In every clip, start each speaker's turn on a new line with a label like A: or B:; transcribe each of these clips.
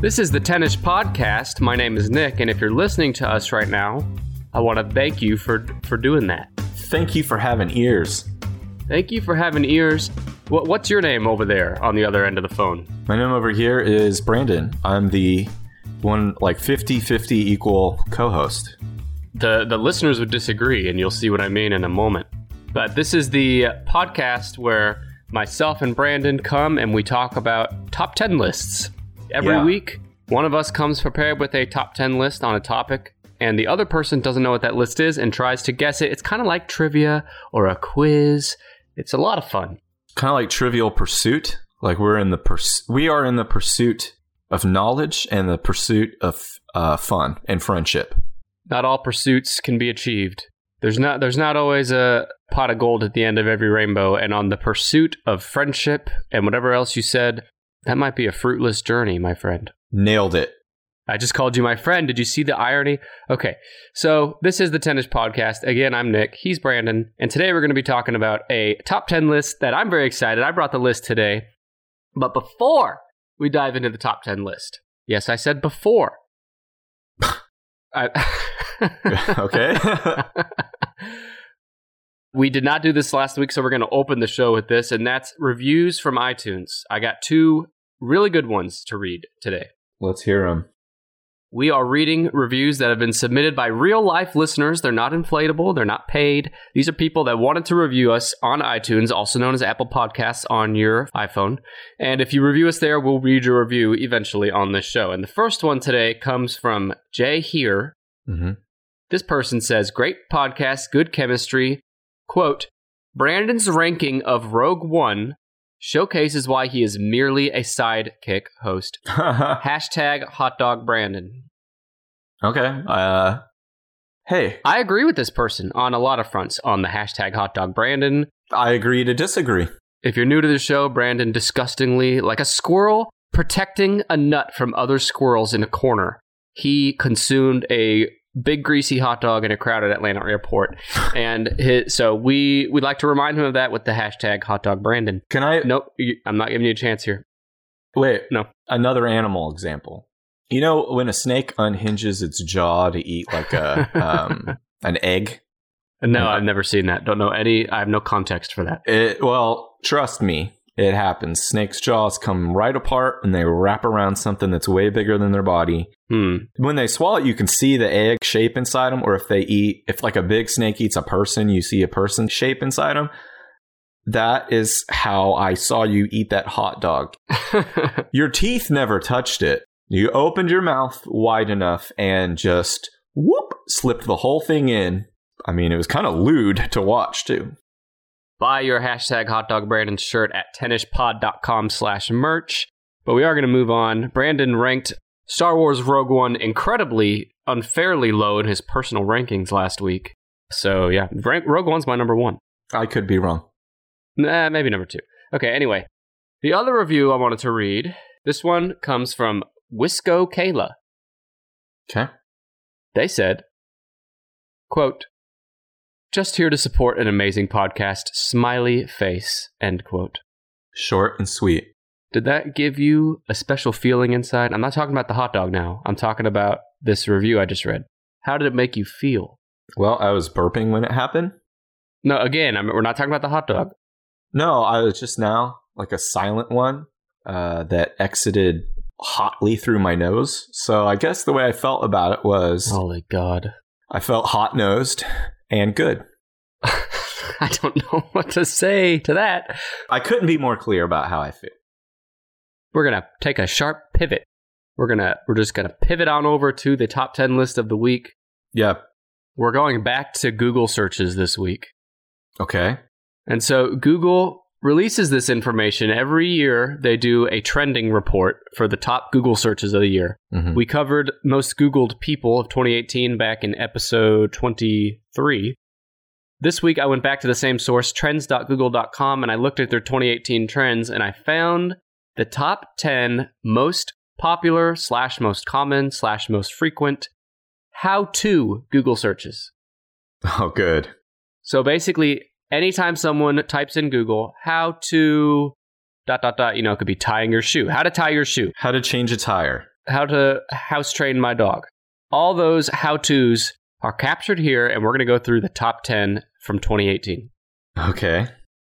A: This is the Tennis Podcast. My name is Nick, and if you're listening to us right now, I want to thank you for for doing that.
B: Thank you for having ears.
A: Thank you for having ears. What, what's your name over there on the other end of the phone?
B: My name over here is Brandon. I'm the one, like 50 50 equal co host.
A: The the listeners would disagree, and you'll see what I mean in a moment. But this is the podcast where myself and Brandon come and we talk about top 10 lists. Every
B: Yeah.
A: week, one of us comes prepared with a top 10 list on a topic, and the other person doesn't know what that list is and tries to guess it. It's kind of like trivia or a quiz. It's a lot of fun.
B: Kind of like Trivial Pursuit. Like we're in the purs- we are in the pursuit of knowledge and the pursuit of uh, fun and friendship.
A: Not all pursuits can be achieved. There's not there's not always a pot of gold at the end of every rainbow and on the pursuit of friendship and whatever else you said, that might be a fruitless journey, my friend.
B: Nailed it.
A: I just called you my friend. Did you see the irony? Okay, so this is the Tennis Podcast. Again, I'm Nick. He's Brandon. And today we're going to be talking about a top 10 list that I'm very excited. I brought the list today. But before we dive into the top 10 list, yes, I said before. I.
B: okay.
A: We did not do this last week, so we're going to open the show with this, and that's reviews from iTunes. I got two really good ones to read today.
B: Let's hear them.
A: We are reading reviews that have been submitted by real life listeners. They're not inflatable, they're not paid. These are people that wanted to review us on iTunes, also known as Apple Podcasts on your iPhone. And if you review us there, we'll read your review eventually on this show. And the first one today comes from Jay Here.
B: hmm
A: This person says, Great podcast, good chemistry. Quote Brandon's ranking of Rogue One showcases why he is merely a sidekick host.
B: Mm-hmm.
A: Hashtag hot dog Brandon.
B: okay. Uh, hey,
A: I agree with this person on a lot of fronts on the hashtag hot dog Brandon.
B: I agree to disagree.
A: If you're new to the show, Brandon disgustingly, like a squirrel protecting a nut from other squirrels in a corner, he consumed a big greasy hot dog in a crowded Atlanta airport. and his, so we would like to remind him of that with the hashtag hot dog Brandon.
B: Can I?
A: Nope, you, I'm not giving you a chance here.
B: Wait,
A: No.
B: Another animal example. You know when a snake unhinges its jaw to eat like a um, an egg?
A: No, I've never seen that. Don't know any. I have no context for that.
B: It well, trust me, it happens. Snakes' jaws come right apart and they wrap around something that's way bigger than their body.
A: Hmm.
B: When they swallow it, you can see the egg shape inside them, or if they eat, if like a big snake eats a person, you see a person shape inside them. That is how I saw you eat that hot dog. Your teeth never touched it. You opened your mouth wide enough and just whoop slipped the whole thing in. I mean, it was kind of lewd to watch too.
A: buy your hashtag hot dog brandon shirt at tennispod.com slash merch but we are going to move on brandon ranked star wars rogue one incredibly unfairly low in his personal rankings last week so yeah rank, rogue one's my number one
B: I could be wrong.
A: nah, maybe number two okay anyway the other review i wanted to read this one comes from wisco kayla
B: Okay.
A: They said, quote, just here to support an amazing podcast, smiley face, end quote.
B: Short and sweet.
A: Did that give you a special feeling inside? I'm not talking about the hot dog now. I'm talking about this review I just read. How did it make you feel?
B: Well, I was burping when it happened.
A: No, again, I'm, we're not talking about the hot dog.
B: No, I was just now like a silent one uh, that exited hotly through my nose. So I guess the way I felt about it was
A: Holy God.
B: I felt hot nosed and good.
A: I don't know what to say to that.
B: I couldn't be more clear about how I feel.
A: We're going to take a sharp pivot. We're going to we're just going to pivot on over to the top 10 list of the week.
B: Yeah.
A: We're going back to Google searches this week.
B: Okay.
A: And so Google releases this information every year. They do a trending report for the top Google searches of the year.
B: Mm-hmm.
A: We covered most Googled people of 2018 back in episode 23. This week, I went back to the same source, trends.google.com, and I looked at their 2018 trends, and I found the top 10 most popular, slash, most common, slash, most frequent how to Google searches.
B: Oh, good.
A: So basically, anytime someone types in Google, how to dot dot dot, you know, it could be tying your shoe, how to tie your shoe,
B: How to change a tire.
A: how to house train my dog. All those how tos are captured here, and we're going to go through the top 10 from 2018.
B: Okay.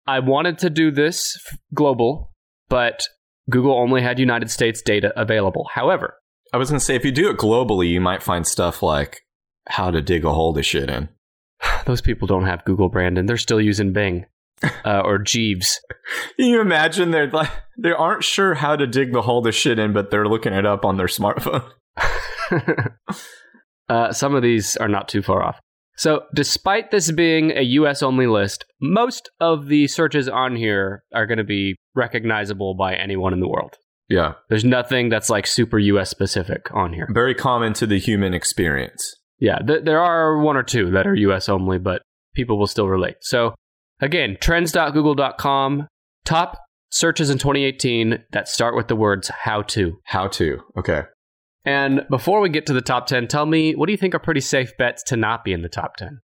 A: I wanted to do this f- global, but Google only had United States data available. However,
B: I was going to say, if you do it globally, you might find stuff like how to dig a hole to shit in.
A: those people don't have Google, Brandon. They're still using Bing uh, or Jeeves.
B: Can you imagine they're like, they aren't sure how to dig the hole to shit in, but they're looking it up on their smartphone.
A: uh, some of these are not too far off. So, despite this being a US only list, most of the searches on here are going to be recognizable by anyone in the world.
B: Yeah.
A: There's nothing that's like super US specific on here.
B: Very common to the human experience.
A: Yeah, th- there are one or two that are US only, but people will still relate. So, again, trends.google.com, top searches in 2018 that start with the words how to.
B: How to. Okay.
A: And before we get to the top 10, tell me what do you think are pretty safe bets to not be in the top 10?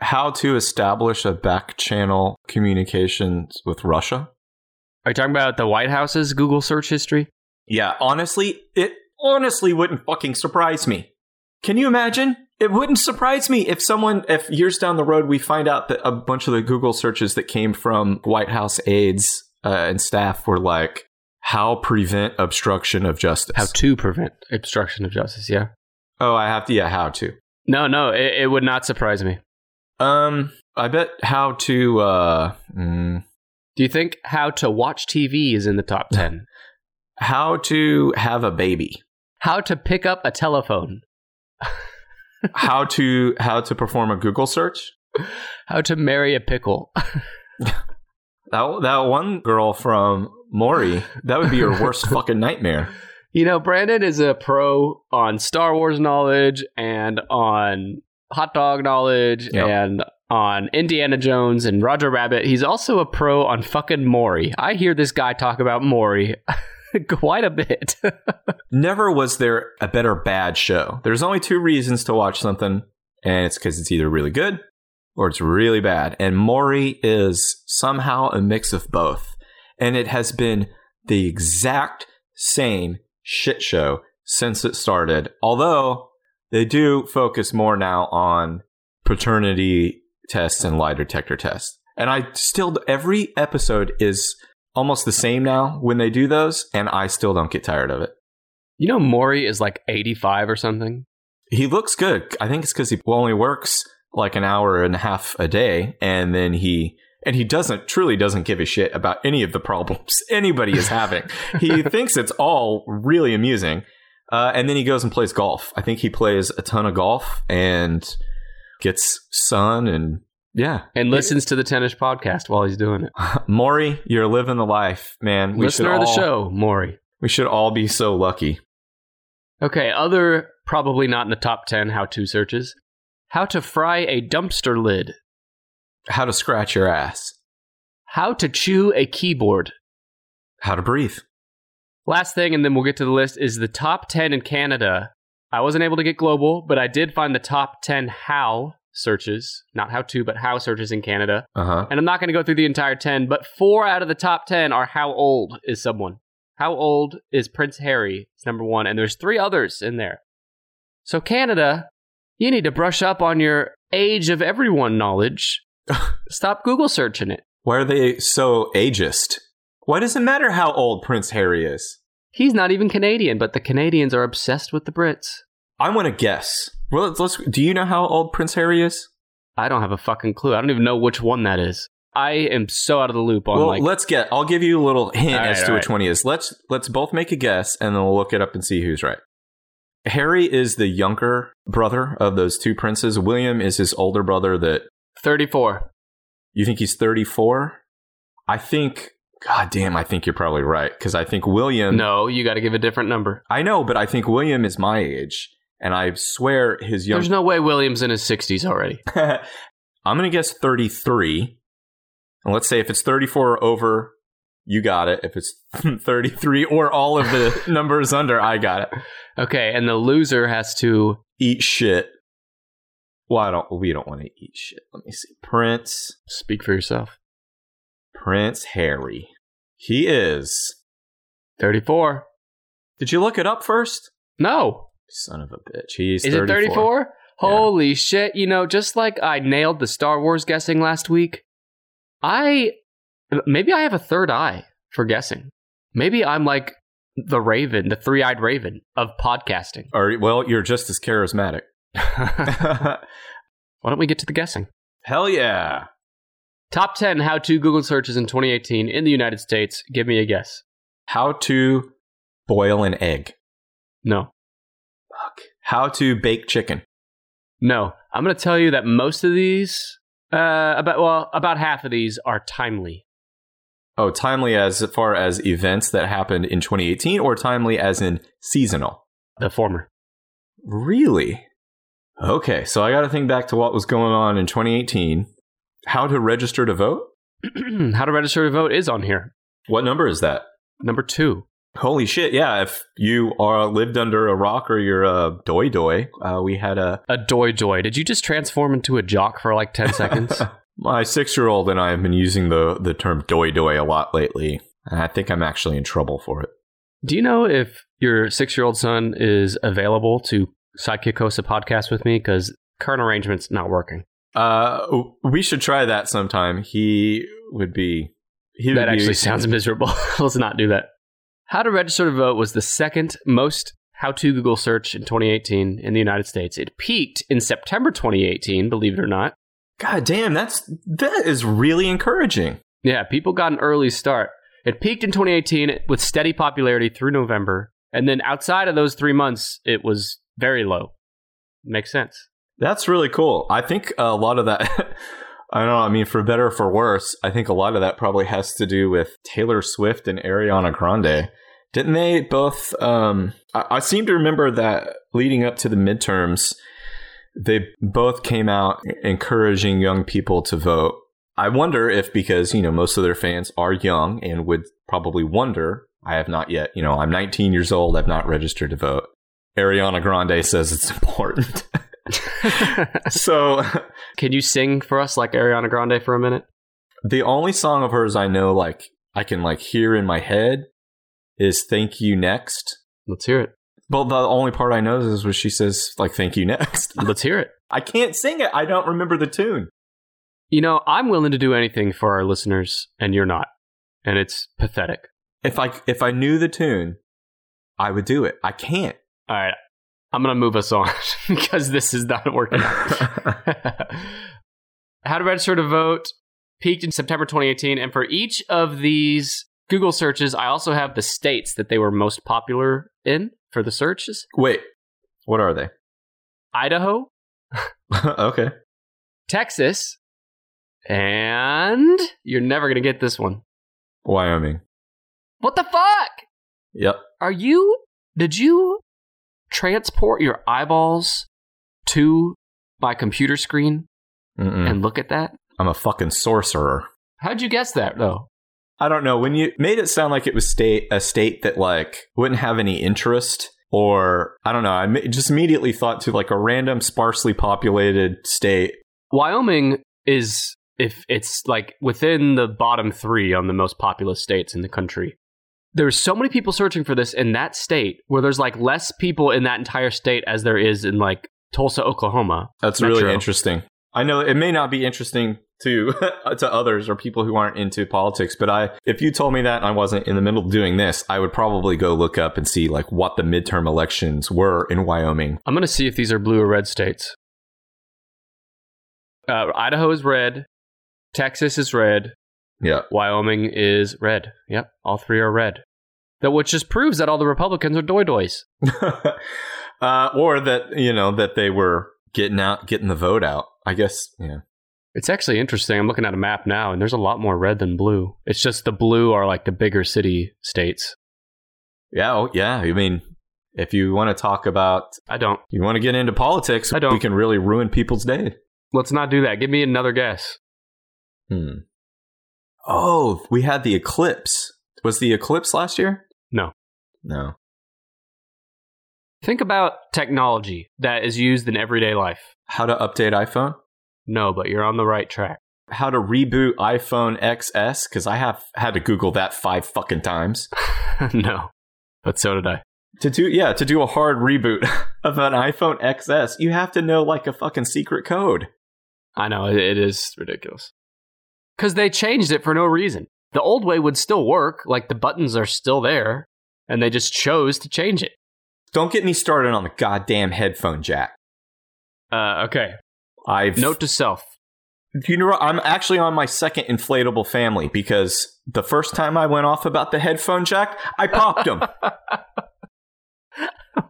B: How to establish a back channel communications with Russia.
A: Are you talking about the White House's Google search history?
B: Yeah, honestly, it honestly wouldn't fucking surprise me. Can you imagine? It wouldn't surprise me if someone, if years down the road, we find out that a bunch of the Google searches that came from White House aides uh, and staff were like, how prevent obstruction of justice.
A: How to prevent obstruction of justice, yeah.
B: oh, I have to, yeah, how to.
A: No, no, it, it would not surprise me.
B: Um, I bet how to, uh, mm,
A: Do you think how to watch TV is in the top 10?
B: how to have a baby.
A: how to pick up a telephone?
B: how to, how to perform a Google search.
A: How to marry a pickle?
B: That, that one girl from Maury, that would be your worst fucking nightmare.
A: You know, Brandon is a pro on Star Wars knowledge and on hot dog knowledge
B: Yep.
A: and on Indiana Jones and Roger Rabbit. He's also a pro on fucking Maury. I hear this guy talk about Maury quite a bit.
B: Never was there a better bad show. There's only two reasons to watch something, and it's because it's either really good or it's really bad. And Maury is somehow a mix of both. And it has been the exact same shit show since it started. Although they do focus more now on paternity tests and lie detector tests. And I still, every episode is almost the same now when they do those, and I still don't get tired of it.
A: you know, Maury is like 85 or something.
B: He looks good. I think it's because he only works like an hour and a half a day, and then he and he doesn't truly doesn't give a shit about any of the problems anybody is having. he thinks it's all really amusing, uh, and then he goes and plays golf. I think he plays a ton of golf and gets sun and yeah.
A: And listens to the tennis podcast while he's doing it.
B: Maury, you're living the life, man. We should
A: Listener of the
B: all-
A: show, Maury.
B: We should all be so lucky.
A: Okay, other probably not in the top 10 how to searches. How to fry a dumpster lid.
B: How to scratch your ass.
A: How to chew a keyboard.
B: How to breathe.
A: Last thing, and then we'll get to the list, is the top 10 in Canada. I wasn't able to get global, but I did find the top 10 how searches, not how to, but how searches in Canada.
B: Uh huh.
A: And I'm not going to go through the entire 10, but four out of the top 10 are how old is someone? How old is Prince Harry? It's number one. And there's three others in there. So, Canada, you need to brush up on your age of everyone knowledge. Stop Google searching it.
B: Why are they so ageist? Why does it matter how old Prince Harry is?
A: He's not even Canadian, but the Canadians are obsessed with the Brits.
B: I want to guess. Well, let's, let's. Do you know how old Prince Harry is?
A: I don't have a fucking clue. I don't even know which one that is. I am so out of the loop on
B: well,
A: like
B: let's get. I'll give you a little hint
A: All
B: as
A: right,
B: to
A: all
B: which
A: right.
B: one he is. Let's let's both make a guess, and then we'll look it up and see who's right. Harry is the younger brother of those two princes. William is his older brother. That
A: 34.
B: you think he's thirty four. I think. God damn, I think you're probably right because I think William.
A: No, you got to give a different number.
B: I know, but I think William is my age, and I swear his young.
A: There's no way William's in his 60s already.
B: I'm going to guess 33. And let's say if it's 34 or over, you got it. If it's 33 or all of the numbers under, I got it.
A: Okay, and the loser has to
B: Eat shit. Well, I don't. We don't want to eat shit. Let me see. Prince,
A: speak for yourself.
B: Prince Harry. He is
A: 34.
B: Did you look it up first?
A: No.
B: Son of a bitch. He's
A: Is
B: 34.
A: it 34? Holy shit. You know, just like I nailed the Star Wars guessing last week, I maybe I have a third eye for guessing. Maybe I'm like the raven, the three eyed raven of podcasting.
B: Or, well, you're just as charismatic.
A: Why don't we get to the guessing?
B: Hell yeah.
A: Top 10 how to Google searches in 2018 in the United States. Give me a guess.
B: How to boil an egg.
A: No.
B: Fuck. How to bake chicken.
A: No. I'm going to tell you that most of these, uh, about, well, about half of these are timely.
B: Oh, timely as far as events that happened in 2018 or timely as in seasonal?
A: The former.
B: Really? Okay, so I got to think back to what was going on in 2018. How to register to vote?
A: how to register to vote is on here.
B: What number is that?
A: Number two.
B: Holy shit, yeah. If you are lived under a rock or you're a doy doy, uh, we had a.
A: A doy doy. Did you just transform into a jock for like 10 seconds?
B: My six year old and I have been using the, the term doy doy a lot lately, and I think I'm actually in trouble for it.
A: Do you know if your six year old son is available to Sidekick host a podcast with me? Because current arrangement's not working.
B: Uh, w- we should try that sometime. He would be. He would
A: that
B: be-
A: actually sounds miserable. Let's not do that. How to register to vote was the second most how to Google search in 2018 in the United States. It peaked in September 2018, believe it or not.
B: God damn, that's that is really encouraging.
A: Yeah, people got an early start. It peaked in 2018 with steady popularity through November. And then outside of those three months, it was very low. Makes sense.
B: That's really cool. I think a lot of that, I don't know, I mean, for better or for worse, I think a lot of that probably has to do with Taylor Swift and Ariana Grande. Didn't they both? Um, I, I seem to remember that leading up to the midterms, they both came out encouraging young people to vote. I wonder if because, you know, most of their fans are young and would probably wonder, I have not yet, you know, I'm 19 years old, I've not registered to vote. Ariana Grande says it's important. so
A: Can you sing for us like Ariana Grande for a minute?
B: the only song of hers I know, like I can like hear in my head, is "Thank You Next."
A: Let's hear it.
B: But the only part I know is where she says like "Thank You Next."
A: Let's hear it.
B: I can't sing it. I don't remember the tune.
A: You know, I'm willing to do anything for our listeners, and you're not. And it's pathetic.
B: If I if I knew the tune, I would do it. I can't.
A: All right. I'm going to move us on because this is not working out. How to register to vote peaked in September 2018. And for each of these Google searches, I also have the states that they were most popular in for the searches
B: Wait, what are they?
A: Idaho,
B: okay,
A: Texas, and you're never going to get this one.
B: Wyoming.
A: What the fuck?
B: Yep.
A: Are you. Did you transport your eyeballs to my computer screen
B: Mm-mm.
A: and look at that?
B: I'm a fucking sorcerer.
A: How'd you guess that though?
B: I don't know. When you made it sound like it was state a state that like wouldn't have any interest, or I don't know. I m- just immediately thought to like a random sparsely populated state.
A: Wyoming is if it's like within the bottom three on the most populous states in the country. There's so many people searching for this in that state where there's like less people in that entire state as there is in like Tulsa, Oklahoma.
B: That's
A: Metro.
B: really interesting. I know it may not be interesting to to others or people who aren't into politics, but I if you told me that and I wasn't in the middle of doing this, I would probably go look up and see like what the midterm elections were in Wyoming.
A: I'm gonna see if these are blue or red states. Uh, Idaho is red, Texas is red,
B: Yeah.
A: Wyoming is red. Yep, all three are red. That which just proves that all the Republicans are doy doys.
B: uh, or that you know that they were getting out getting the vote out. I guess yeah.
A: It's actually interesting. I'm looking at a map now, and there's a lot more red than blue. It's just the blue are like the bigger city states.
B: Yeah, oh, yeah. I mean, if you want to talk about,
A: I don't.
B: you want to get into politics,
A: I don't.
B: we can really ruin people's day.
A: Let's not do that. Give me another guess.
B: Hmm. Oh, we had the eclipse. Was the eclipse last year?
A: No.
B: No.
A: Think about technology that is used in everyday life.
B: How to update iPhone?
A: No, but you're on the right track.
B: How to reboot iPhone XS? Because I have had to Google that five fucking times.
A: no, but so did I.
B: to do yeah to do a hard reboot of an iphone xs you have to know like a fucking secret code
A: I know, it, it is ridiculous. Because they changed it for no reason. The old way would still work, like the buttons are still there, and they just chose to change it.
B: don't get me started on the goddamn headphone jack
A: Uh, okay.
B: i've
A: Note to self.
B: you know i'm actually on my second inflatable family because the first time i went off about the headphone jack i popped him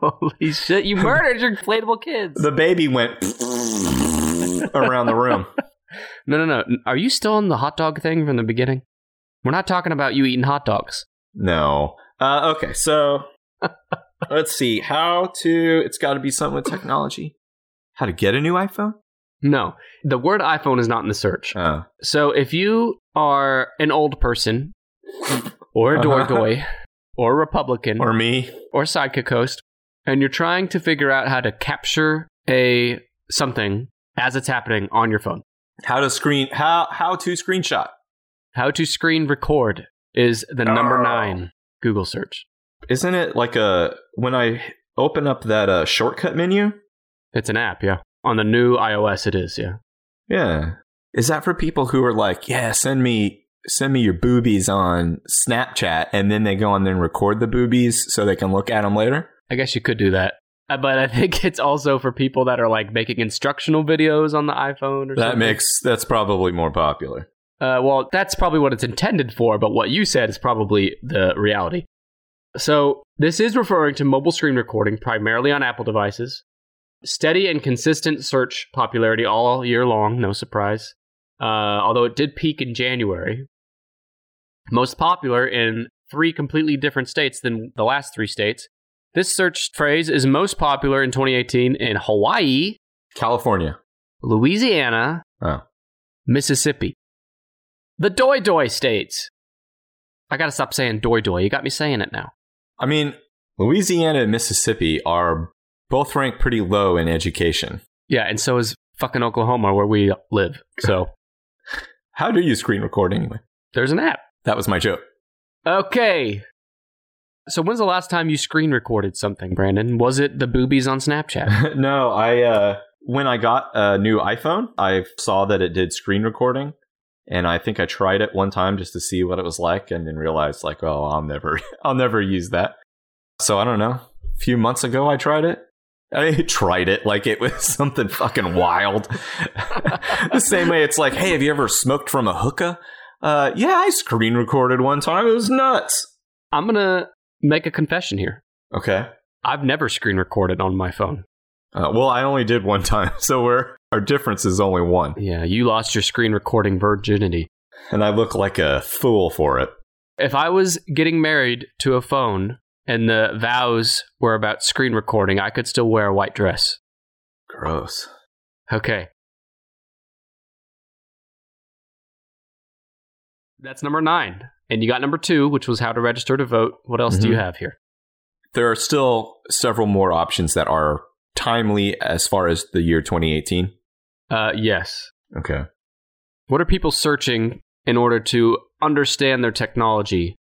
A: Holy shit, you murdered your inflatable kids.
B: the baby went around the room
A: No, no, no. Are you still on the hot dog thing from the beginning? We're not talking about you eating hot dogs.
B: No. Uh, okay, so let's see how to. It's got to be something with technology. How to get a new iPhone?
A: No, the word iPhone is not in the search.
B: Oh,
A: So if you are an old person, or a door
B: Uh-huh.
A: goy, or a Republican,
B: or me?
A: or Sidekick Coast, and you're trying to figure out how to capture a something as it's happening on your phone.
B: How to screen? How how to screenshot?
A: How to screen record is the number
B: Oh.
A: nine Google search.
B: Isn't it like a when I open up that uh, shortcut menu?
A: It's an app, yeah. On the new iOS, it is, yeah.
B: Yeah. Is that for people who are like, yeah, send me send me your boobies on Snapchat, and then they go on there and record the boobies so they can look at them later?
A: I guess you could do that. Uh, But I think it's also for people that are like making instructional videos on the iPhone or
B: That
A: something.
B: makes that's probably more popular.
A: Uh, well, that's probably what it's intended for, but what you said is probably the reality. So, this is referring to mobile screen recording primarily on Apple devices. Steady and consistent search popularity all year long, no surprise. Uh, although it did peak in January. Most popular in three completely different states than the last three states. This search phrase is most popular in 2018 in Hawaii,
B: California.
A: Louisiana,
B: Oh.
A: Mississippi. The Doi Doi states. I gotta stop saying Doi Doi. You got me saying it now.
B: I mean, Louisiana and Mississippi are both ranked pretty low in education.
A: Yeah, and so is fucking Oklahoma where we live. So
B: How do you screen record anyway?
A: there's an app.
B: That was my joke.
A: Okay. So when's the last time you screen recorded something, Brandon? Was it the boobies on Snapchat?
B: no, I uh, when I got a new iPhone, I saw that it did screen recording, and I think I tried it one time just to see what it was like, and then realized like, oh, I'll never, I'll never use that. So I don't know. A few months ago, I tried it. I tried it like it was something fucking wild. the same way it's like, hey, have you ever smoked from a hookah? Uh, yeah, I screen recorded one time. It was nuts.
A: I'm gonna make a confession here.
B: Okay.
A: I've never screen recorded on my phone.
B: Uh, well, I only did one time, so we're our difference is only one,
A: Yeah, you lost your screen recording virginity.
B: and I look like a fool for it.
A: If I was getting married to a phone and the vows were about screen recording, I could still wear a white dress.
B: Gross.
A: Okay. That's number nine. And you got number two, which was how to register to vote. What else do you
B: Mhm.
A: have here?
B: There are still several more options that are timely as far as the year 2018.
A: Uh, yes.
B: Okay.
A: What are people searching in order to understand their technology?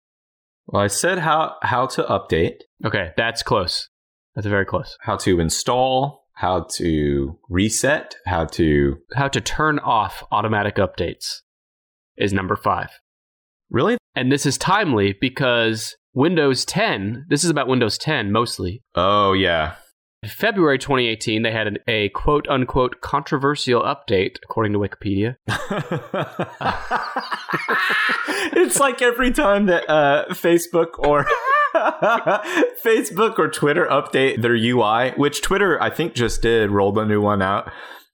B: Well, I said how how to update,
A: Okay, that's close. That's very close.
B: how to install, how to reset, how to
A: How to turn off automatic updates is number five.
B: really.
A: And this is timely because Windows 10, this is about Windows 10 mostly.
B: Oh yeah.
A: In February 2018, they had an, a quote unquote controversial update, according to Wikipedia.
B: it's like every time that uh, Facebook or Facebook or Twitter update their UI, which Twitter I think just did, rolled a new one out.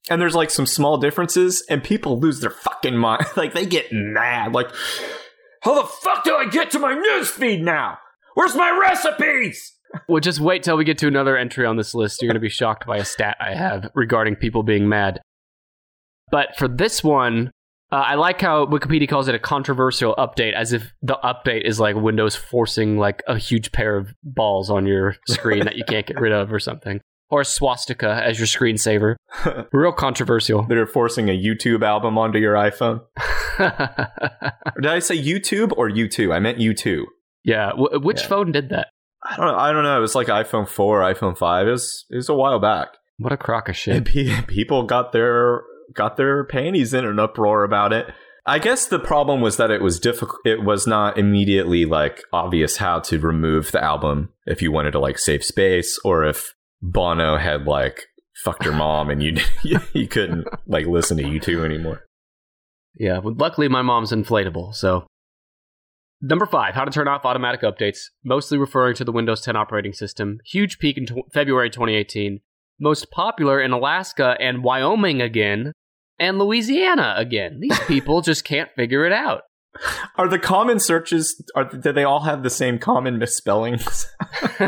B: And there's like some small differences, and people lose their fucking mind. Like they get mad. Like, how the fuck do I get to my newsfeed now? Where's my recipes?
A: Well, just wait till we get to another entry on this list. You're going to be shocked by a stat I have regarding people being mad. But for this one, uh, I like how Wikipedia calls it a controversial update, as if the update is like Windows forcing like a huge pair of balls on your screen that you can't get rid of or something, or a swastika as your screensaver. Real controversial.
B: They're forcing a YouTube album onto your iPhone.
A: yeah,
B: Did I say YouTube or U2? I meant U2.
A: w- which
B: Yeah.
A: phone did that?
B: I don't. I don't know. It was like iPhone four, iPhone five. It was. It was a while back.
A: What a crock of
B: And
A: shit.
B: pe- people got their got their panties in an uproar about it. I guess the problem was that it was difficult. It was not immediately like obvious how to remove the album if you wanted to like save space, or if Bono had like fucked your mom and you you couldn't like listen to you two anymore.
A: Yeah, but luckily my mom's inflatable, so. Number five, how to turn off automatic updates, mostly referring to the Windows 10 operating system. Huge peak in tw February 2018. Most popular in Alaska and Wyoming again, and Louisiana again. These people just can't figure it out.
B: Are the common searches? Are do they all have the same common misspellings?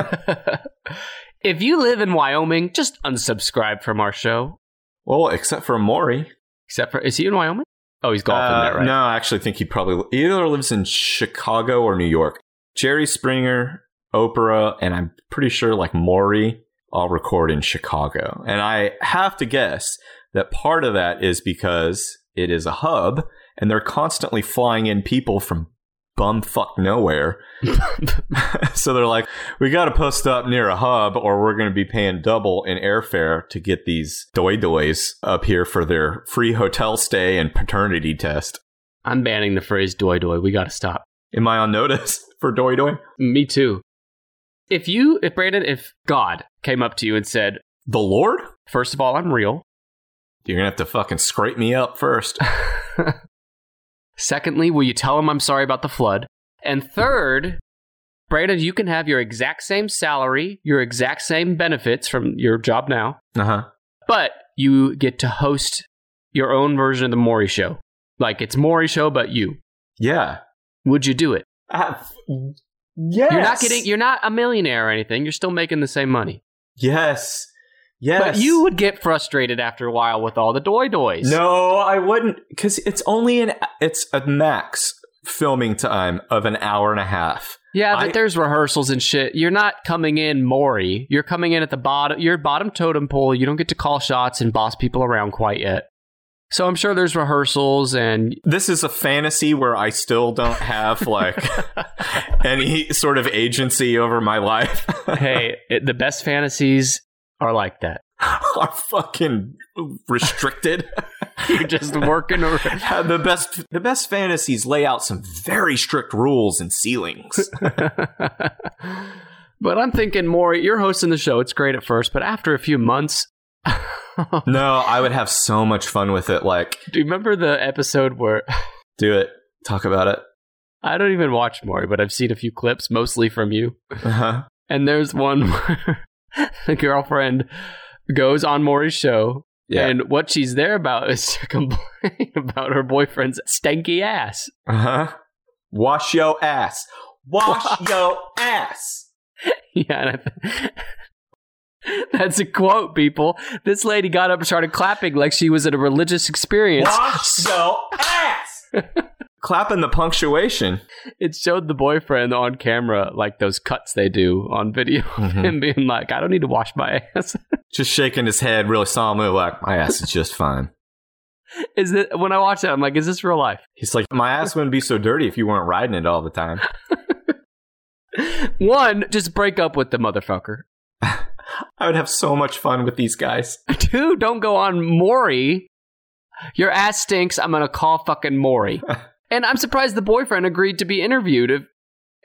A: if you live in Wyoming, just unsubscribe from our show.
B: well, except for Maury.
A: Except for, is he in Wyoming? Oh, he's golfing
B: Uh,
A: there, right?
B: No, I actually think he probably he either lives in Chicago or New York. Jerry Springer, Oprah, and I'm pretty sure like Maury all record in Chicago. And I have to guess that part of that is because it is a hub and they're constantly flying in people from bumfuck nowhere. so they're like, we got to post up near a hub or we're going to be paying double in airfare to get these doy doys up here for their free hotel stay and paternity test.
A: I'm banning the phrase doy doy. We got to stop.
B: Am I on notice for doy doy?
A: Me too. If you, if Brandon, if God came up to you and said,
B: The Lord?
A: first of all, I'm real.
B: You're going to have to fucking scrape me up first.
A: Secondly, will you tell him I'm sorry about the flood? And third, Brandon, you can have your exact same salary, your exact same benefits from your job now,
B: Uh huh.
A: but you get to host your own version of the Maury Show. Like it's Maury Show, but you.
B: Yeah.
A: Would you do it?
B: Uh, yes.
A: You're not getting. You're not a millionaire or anything. You're still making the same money.
B: yes. Yes.
A: But you would get frustrated after a while with all the doy doys.
B: No, I wouldn't, because it's only an it's a max filming time of an hour and a half.
A: Yeah, but
B: I-
A: there's rehearsals and shit. You're not coming in Maury. You're coming in at the bottom. You're bottom totem pole. You don't get to call shots and boss people around quite yet. So I'm sure there's rehearsals and
B: This is a fantasy where I still don't have like any sort of agency over my life.
A: hey, it, the best fantasies are like that.
B: Are fucking restricted.
A: You're just working. Or,
B: the best the best fantasies lay out some very strict rules and ceilings.
A: but I'm thinking Maury, you're hosting the show. It's great at first, but after a few months,
B: no, I would have so much fun with it. Like,
A: do you remember the episode where
B: do it. Talk about it.
A: I don't even watch Maury, but I've seen a few clips, mostly from you.
B: Uh-huh.
A: And there's one where the girlfriend goes on Maury's show,
B: Yeah.
A: and what she's there about is to complain about her boyfriend's stanky ass.
B: Uh-huh. Wash yo ass. Wash yo ass.
A: Yeah, and I- that's a quote, people. This lady got up and started clapping like she was at a religious experience.
B: Wash yo ass. Clapping the punctuation.
A: It showed the boyfriend on camera, like those cuts they do on video,
B: Hmm.
A: and being like, "I don't need to wash my ass."
B: Just shaking his head, really solemnly, like, my ass is just fine.
A: Is that when I watch that? I'm like, "Is this real life?"
B: He's like, my ass wouldn't be so dirty if you weren't riding it all the time.
A: One, just break up with the motherfucker.
B: I would have so much fun with these guys.
A: Two, don't go on Maury. Your ass stinks. I'm gonna call fucking Maury. and I'm surprised the boyfriend agreed to be interviewed. If,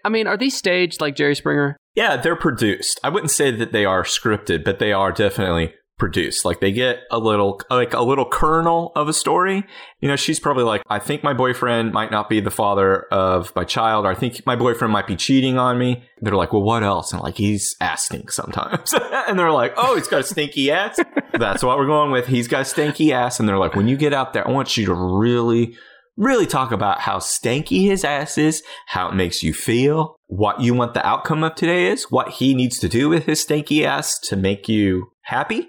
A: I mean, are these staged like Jerry Springer?
B: Yeah, they're produced. I wouldn't say that they are scripted, but they are definitely produced. Like they get a little like a little kernel of a story. You know, she's probably like, I think my boyfriend might not be the father of my child, or I think my boyfriend might be cheating on me. They're like, Well, what else? And like he's asking sometimes. and they're like, Oh, he's got a stinky ass. That's what we're going with. He's got a stinky ass. And they're like, When you get out there, I want you to really really talk about how stanky his ass is, how it makes you feel, what you want the outcome of today is, what he needs to do with his stanky ass to make you happy.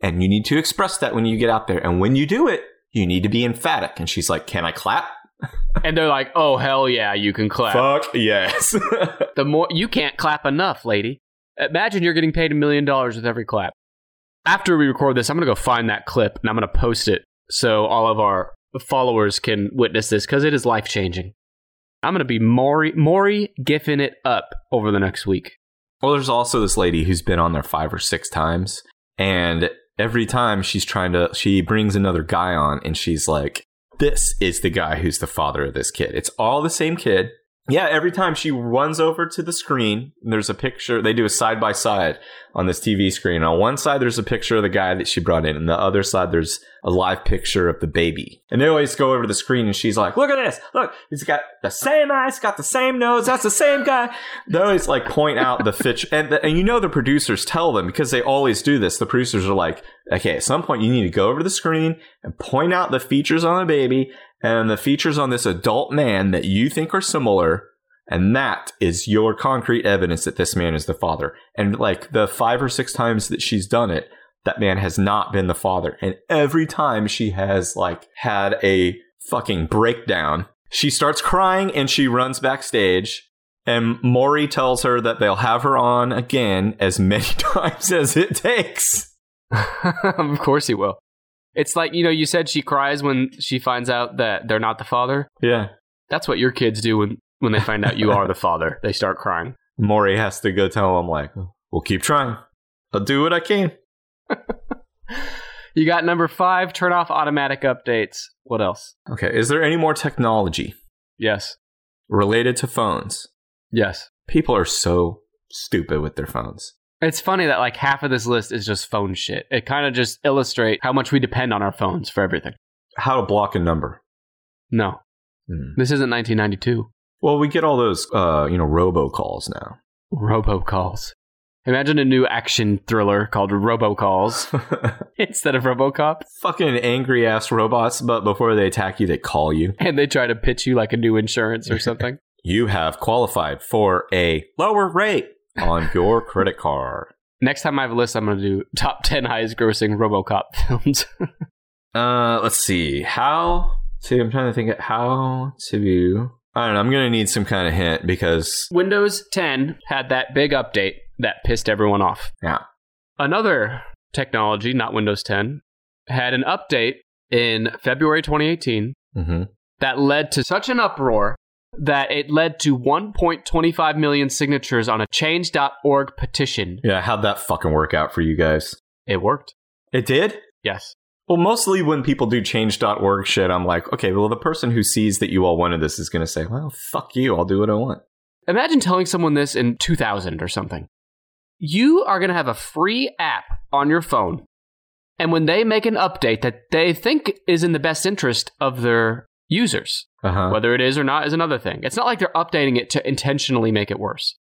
B: And you need to express that when you get out there. And when you do it, you need to be emphatic. And she's like, Can I clap?
A: And they're like, "Oh hell yeah, you can clap."
B: Fuck yes.
A: The more you can't clap enough, lady. Imagine you're getting paid a million dollars with every clap. After we record this, I'm gonna go find that clip and I'm gonna post it so all of our followers can witness this because it is life changing. I'm gonna be Maury Maury giffing it up over the next week.
B: Well, there's also this lady who's been on there five or six times, and every time she's trying to, she brings another guy on, and she's like, "This is the guy who's the father of this kid. It's all the same kid." Yeah, every time she runs over to the screen, and there's a picture. They do a side by side on this TV screen. On one side, there's a picture of the guy that she brought in, and the other side, there's a live picture of the baby. And they always go over to the screen, and she's like, "Look at this! Look, he's got the same eyes, got the same nose. That's the same guy." They always like point out the fitch, and the, and you know the producers tell them because they always do this. The producers are like, "Okay, at some point, you need to go over to the screen and point out the features on the baby." And the features on this adult man that you think are similar, and that is your concrete evidence that this man is the father. And like the five or six times that she's done it, that man has not been the father. And every time she has like had a fucking breakdown, she starts crying and she runs backstage. And Maury tells her that they'll have her on again as many times as it takes.
A: of course he will. It's like, you know, you said she cries when she finds out that they're not the father.
B: Yeah.
A: That's what your kids do when, when they find out you are the father. They start crying.
B: Maury has to go tell him, like, we'll keep trying. I'll do what I can.
A: You got number five, turn off automatic updates. What else?
B: Okay. Is there any more technology
A: Yes.
B: related to phones?
A: Yes.
B: People are so stupid with their phones.
A: It's funny that like half of this list is just phone shit. It kind of just illustrates how much we depend on our phones for everything.
B: How to block a number.
A: No,
B: Hmm.
A: this isn't 1992.
B: Well, we get all those, uh, you know, robocalls now.
A: Robocalls. Imagine a new action thriller called Robocalls instead of Robocop,
B: Fucking angry ass robots, but before they attack you, they call you.
A: and they try to pitch you like a new insurance or something.
B: You have qualified for a lower rate on your credit card.
A: Next time I have a list, I'm going to do top 10 highest grossing Robocop films.
B: Uh, let's see. How to, I'm trying to think of how to, I don't know, I'm going to need some kind of hint because,
A: Windows 10 had that big update that pissed everyone off.
B: Yeah.
A: Another technology, not Windows 10, had an update in February 2018
B: hmm
A: that led to such an uproar that it led to 1.25 million signatures on a change.org petition.
B: yeah, how'd that fucking work out for you guys?
A: It worked.
B: It did?
A: Yes.
B: Well, mostly when people do change.org shit, I'm like, okay, well, the person who sees that you all wanted this is going to say, well, fuck you. I'll do what I want.
A: Imagine telling someone this in 2000 or something. You are going to have a free app on your phone. And when they make an update that they think is in the best interest of their users,
B: Uh huh.
A: whether it is or not is another thing. It's not like they're updating it to intentionally make it worse.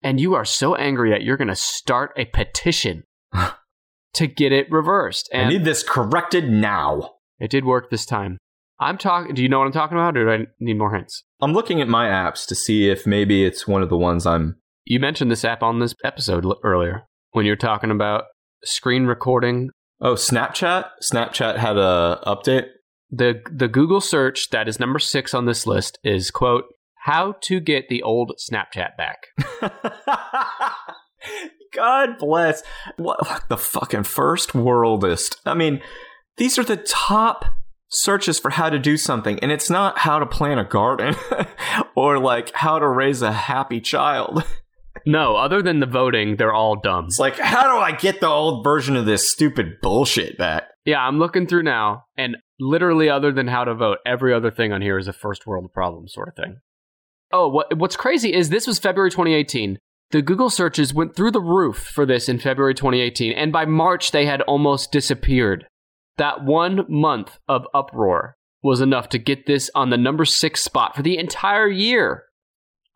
A: And you are so angry that you're going to start a petition to get it reversed.
B: I
A: And
B: need this corrected now.
A: it did work this time. I'm talking. Do you know what I'm talking about, or do I need more hints?
B: I'm looking at my apps to see if maybe it's one of the ones I'm.
A: You mentioned this app on this episode l- earlier when you were talking about screen recording
B: Oh, Snapchat? Snapchat had a update.
A: the the Google search that is number six on this list is quote how to get the old Snapchat back.
B: God bless. What what the fucking first worldist? I mean, these are the top searches for how to do something, and it's not how to plant a garden or like how to raise a happy child.
A: No, other than the voting, they're all dumb.
B: It's like, how do I get the old version of this stupid bullshit back?
A: Yeah, I'm looking through now, and literally, other than how to vote, every other thing on here is a first world problem sort of thing. Oh, what, what's crazy is this was February 2018. The Google searches went through the roof for this in February 2018, and by March, they had almost disappeared. That one month of uproar was enough to get this on the number six spot for the entire year.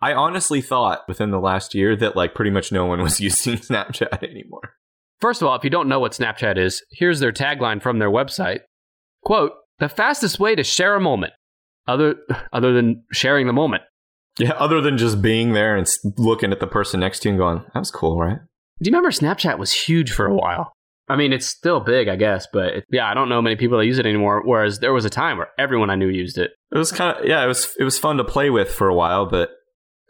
B: I honestly thought within the last year that like pretty much no one was using Snapchat anymore.
A: First of all, if you don't know what Snapchat is, here's their tagline from their website. Quote, the fastest way to share a moment, other, other than sharing the moment,
B: Yeah, other than just being there and s- looking at the person next to you and going, that was cool, right?
A: Do you remember Snapchat was huge for a while? I mean, it's still big, I guess, but it, yeah, I don't know many people that use it anymore. Whereas there was a time where everyone I knew used it.
B: It was kind of yeah. It was it was fun to play with for a while, but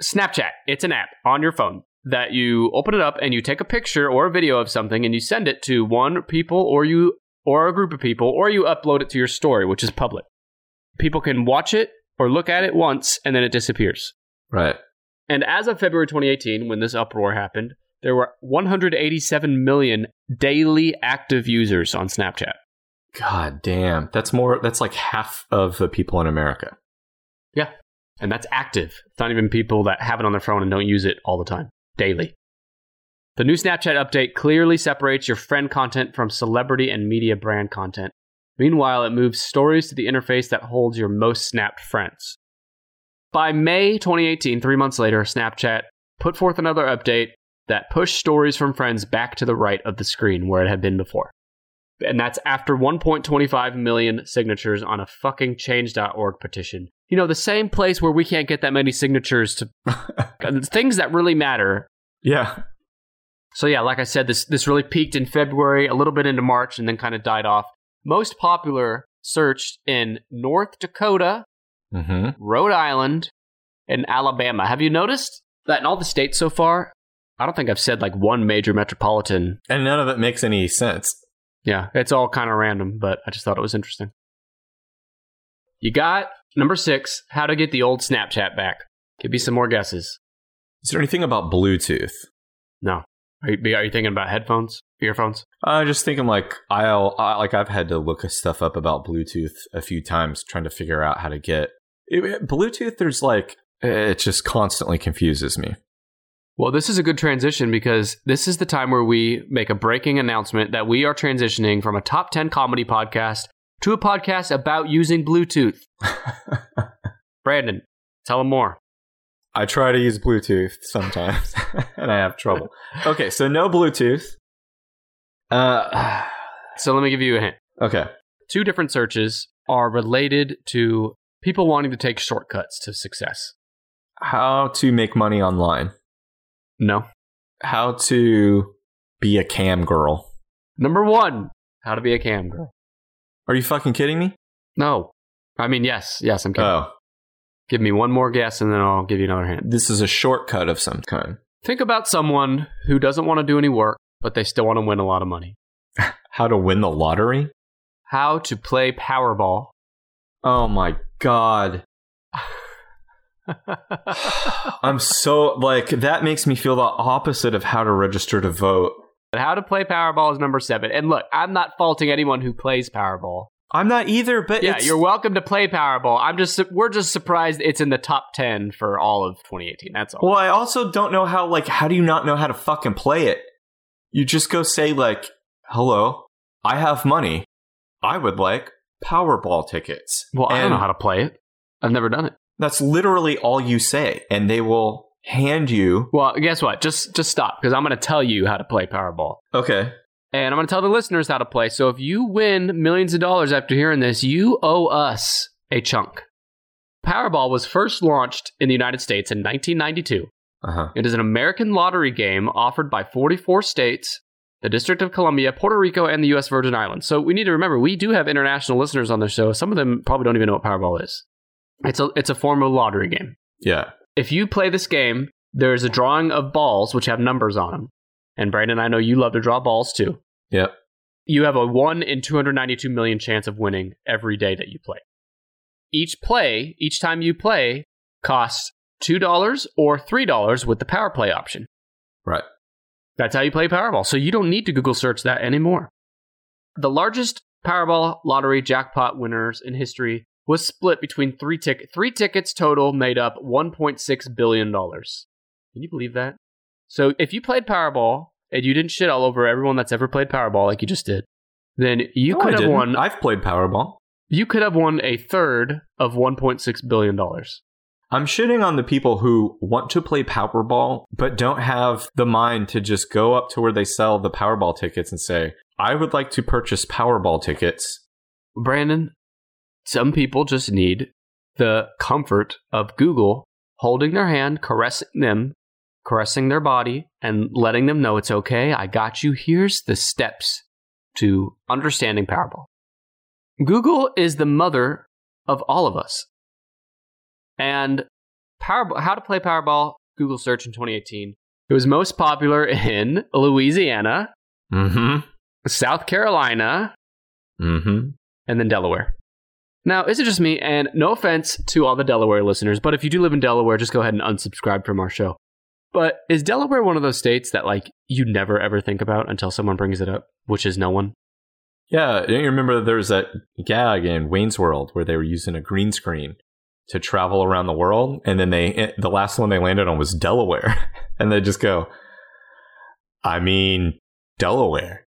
A: Snapchat, it's an app on your phone that you open it up and you take a picture or a video of something and you send it to one people or you or a group of people or you upload it to your story, which is public. People can watch it or look at it once and then it disappears.
B: right.
A: And as of February 2018, when this uproar happened, there were 187 million daily active users on Snapchat.
B: God damn. That's more that's like half of the people in America.
A: Yeah. And that's active. It's not even people that have it on their phone and don't use it all the time, daily. The new Snapchat update clearly separates your friend content from celebrity and media brand content. Meanwhile, it moves stories to the interface that holds your most snapped friends. By May 2018, three months later, Snapchat put forth another update that pushed stories from friends back to the right of the screen where it had been before. And that's after 1.25 million signatures on a fucking change.org petition. You know, the same place where we can't get that many signatures to things that really matter.
B: Yeah.
A: So yeah, like I said, this this really peaked in February, a little bit into March, and then kind of died off. Most popular searched in North Dakota,
B: Mm-hmm.
A: Rhode Island, and Alabama. Have you noticed that in all the states so far? I don't think I've said like one major metropolitan.
B: And none of it makes any sense.
A: Yeah, it's all kind of random, but I just thought it was interesting. You got number six, how to get the old Snapchat back. Give me some more guesses.
B: Is there anything about Bluetooth?
A: No. Are you, are you thinking about headphones, earphones?
B: I just think I'm like I'll I, like I've had to look stuff up about Bluetooth a few times trying to figure out how to get it, Bluetooth. There's like it just constantly confuses me.
A: Well, this is a good transition because this is the time where we make a breaking announcement that we are transitioning from a top 10 comedy podcast to a podcast about using Bluetooth. Brandon, tell them more.
B: I try to use Bluetooth sometimes and I have trouble. Okay, so no Bluetooth. Uh,
A: So let me give you a hint.
B: okay.
A: Two different searches are related to people wanting to take shortcuts to success.
B: How to make money online?
A: No.
B: How to be a cam girl?
A: Number one, how to be a cam girl.
B: Are you fucking kidding me?
A: No. I mean, yes, yes, I'm kidding.
B: Oh,
A: give me one more guess and then I'll give you another hint.
B: this is a shortcut of some kind.
A: Think about someone who doesn't want to do any work, but they still want to win a lot of money.
B: How to win the lottery?
A: How to play Powerball.
B: Oh my god. I'm so like that makes me feel the opposite of how to register to vote.
A: But how to play Powerball is number seven. And look, I'm not faulting anyone who plays Powerball.
B: I'm not either, but
A: Yeah,
B: it's-
A: you're welcome to play Powerball. I'm just su- we're just surprised it's in the top ten for all of 2018. That's all.
B: Well, I also don't know how like how do you not know how to fucking play it? You just go say like, "Hello, I have money. I would like Powerball tickets."
A: Well, I don't
B: And
A: know how to play it. I've never done it.
B: That's literally all you say, and they will hand you
A: Well, guess what? Just just stop because I'm going to tell you how to play Powerball.
B: Okay.
A: And I'm going to tell the listeners how to play. So if you win millions of dollars after hearing this, you owe us a chunk. Powerball was first launched in the United States in 1992.
B: Uh-huh.
A: It is an American lottery game offered by 44 states, the District of Columbia, Puerto Rico, and the U.S. Virgin Islands. So we need to remember we do have international listeners on the show. Some of them probably don't even know what Powerball is. It's a, it's a form of lottery game.
B: Yeah.
A: If you play this game, there's a drawing of balls which have numbers on them. And Brandon, I know you love to draw balls too.
B: Yep.
A: You have a 1 in 292 million chance of winning every day that you play. Each play, each time you play, costs $2 or $3 with the power play option.
B: Right.
A: That's how you play Powerball. So you don't need to Google search that anymore. The largest Powerball lottery jackpot winners in history was split between three tick three tickets total made up 1.6 billion dollars. Can you believe that? So if you played Powerball and you didn't shit all over everyone that's ever played Powerball like you just did, then you
B: No, I
A: could have
B: didn't.
A: won
B: I've played Powerball.
A: you could have won a third of 1.6 billion dollars.
B: I'm shitting on the people who want to play Powerball but don't have the mind to just go up to where they sell the Powerball tickets and say, "I would like to purchase Powerball tickets."
A: Brandon, some people just need the comfort of Google holding their hand, caressing them, caressing their body, and letting them know it's okay. I got you. Here's the steps to understanding Powerball. Google is the mother of all of us. And Powerball, how to play Powerball Google search in 2018. It was most popular in Louisiana,
B: Mm-hmm.
A: South Carolina,
B: Mm-hmm.
A: and then Delaware. Now, is it just me? And no offense to all the Delaware listeners, but if you do live in Delaware, just go ahead and unsubscribe from our show. But is Delaware one of those states that like you never ever think about until someone brings it up, which is no one.
B: Yeah, don't you remember there was that gag in Wayne's World where they were using a green screen to travel around the world, and then they eh, the last one they landed on was Delaware, and they just go, "I mean, Delaware."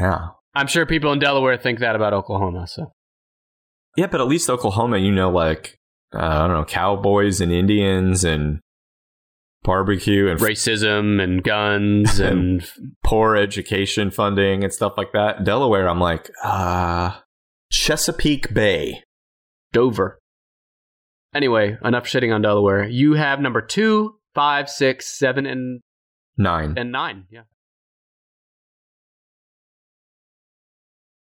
B: Yeah,
A: I'm sure people in Delaware think that about Oklahoma. So
B: yeah, but at least Oklahoma, you know, like uh, I don't know, cowboys and Indians and barbecue and
A: racism and guns and
B: poor education funding and stuff like that. Delaware, I'm like, uh, Chesapeake Bay,
A: Dover. Anyway, enough shitting on Delaware. You have number two, five, six, seven, and
B: nine.
A: and nine. Yeah.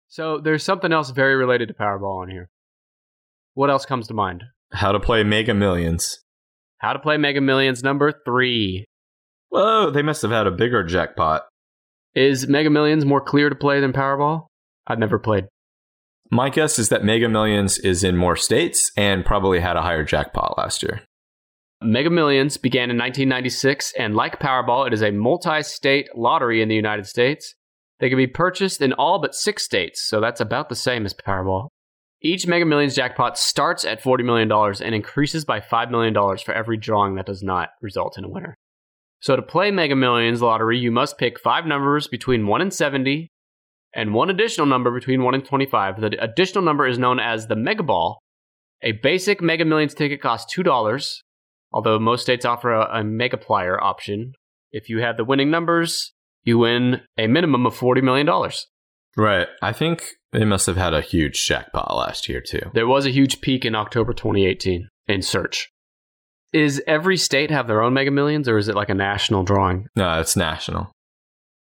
A: So there's something else very related to Powerball on here. What else comes to mind?
B: How to play Mega Millions.
A: How to play Mega Millions number three.
B: Whoa, they must have had a bigger jackpot.
A: Is Mega Millions more clear to play than Powerball? I've never played.
B: My guess is that Mega Millions is in more states and probably had a higher jackpot last year.
A: Mega Millions began in 1996, and like Powerball, it is a multi state lottery in the United States. They can be purchased in all but six states, so that's about the same as Powerball. Each Mega Millions jackpot starts at $40 million and increases by $5 million for every drawing that does not result in a winner. So to play Mega Millions lottery, you must pick five numbers between 1 and 70 and one additional number between 1 and 25. The additional number is known as the Mega Ball. A basic Mega Millions ticket costs $2, although most states offer a, a Mega Plier option. If you have the winning numbers, you win a minimum of $40 million.
B: Right. I think they must have had a huge jackpot last year, too.
A: There was a huge peak in October 2018 in search. Is every state have their own Mega Millions, or is it like a national drawing?
B: No, it's national.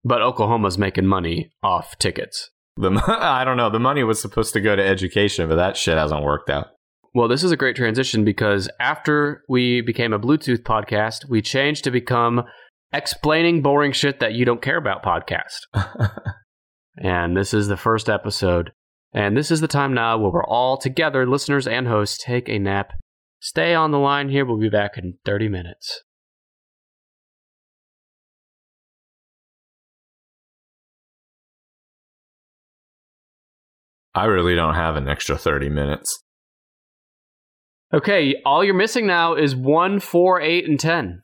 A: But Oklahoma's making money off tickets.
B: The, mo- I don't know. The money was supposed to go to education, but that shit hasn't worked out.
A: Well, this is a great transition because after we became a Bluetooth podcast, we changed to become explaining boring shit that you don't care about podcast. and this is the first episode. And this is the time now where we're all together, listeners and hosts, take a nap. Stay on the line here. We'll be back in 30 minutes.
B: I really don't have an extra 30 minutes.
A: Okay, all you're missing now is one, four, eight, and 10.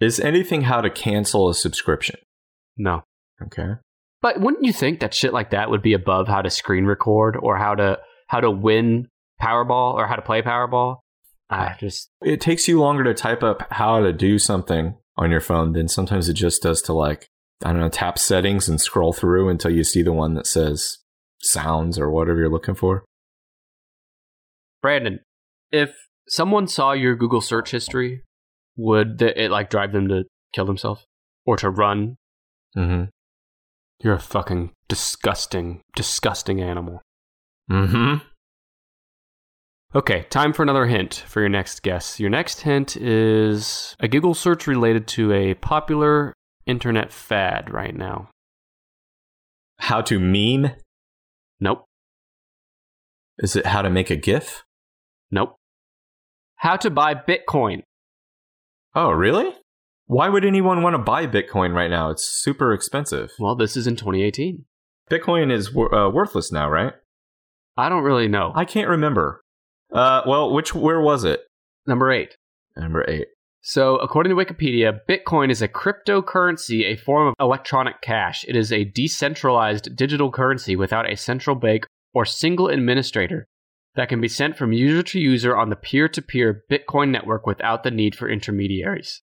B: Is anything how to cancel a subscription?
A: No.
B: Okay.
A: But wouldn't you think that shit like that would be above how to screen record or how to how to win Powerball or how to play Powerball? I just
B: It takes you longer to type up how to do something on your phone than sometimes it just does to, like, I don't know, tap settings and scroll through until you see the one that says sounds or whatever you're looking for.
A: Brandon, if someone saw your Google search history, would th- it like drive them to kill themselves or to run?
B: Mm
A: You're a fucking disgusting, disgusting animal.
B: hmm. Mm hmm.
A: Okay, time for another hint for your next guess. Your next hint is a Google search related to a popular internet fad right now.
B: How to meme?
A: Nope,
B: Is it how to make a GIF?
A: nope. How to buy Bitcoin.
B: Oh, really? Why would anyone want to buy Bitcoin right now? It's super expensive.
A: Well, this is in 2018.
B: Bitcoin is wor- uh, worthless now, right?
A: I don't really know.
B: I can't remember. Uh, well, which where was it?
A: Number eight.
B: Number eight.
A: So, according to Wikipedia, Bitcoin is a cryptocurrency, a form of electronic cash. It is a decentralized digital currency without a central bank or single administrator that can be sent from user to user on the peer to peer Bitcoin network without the need for intermediaries.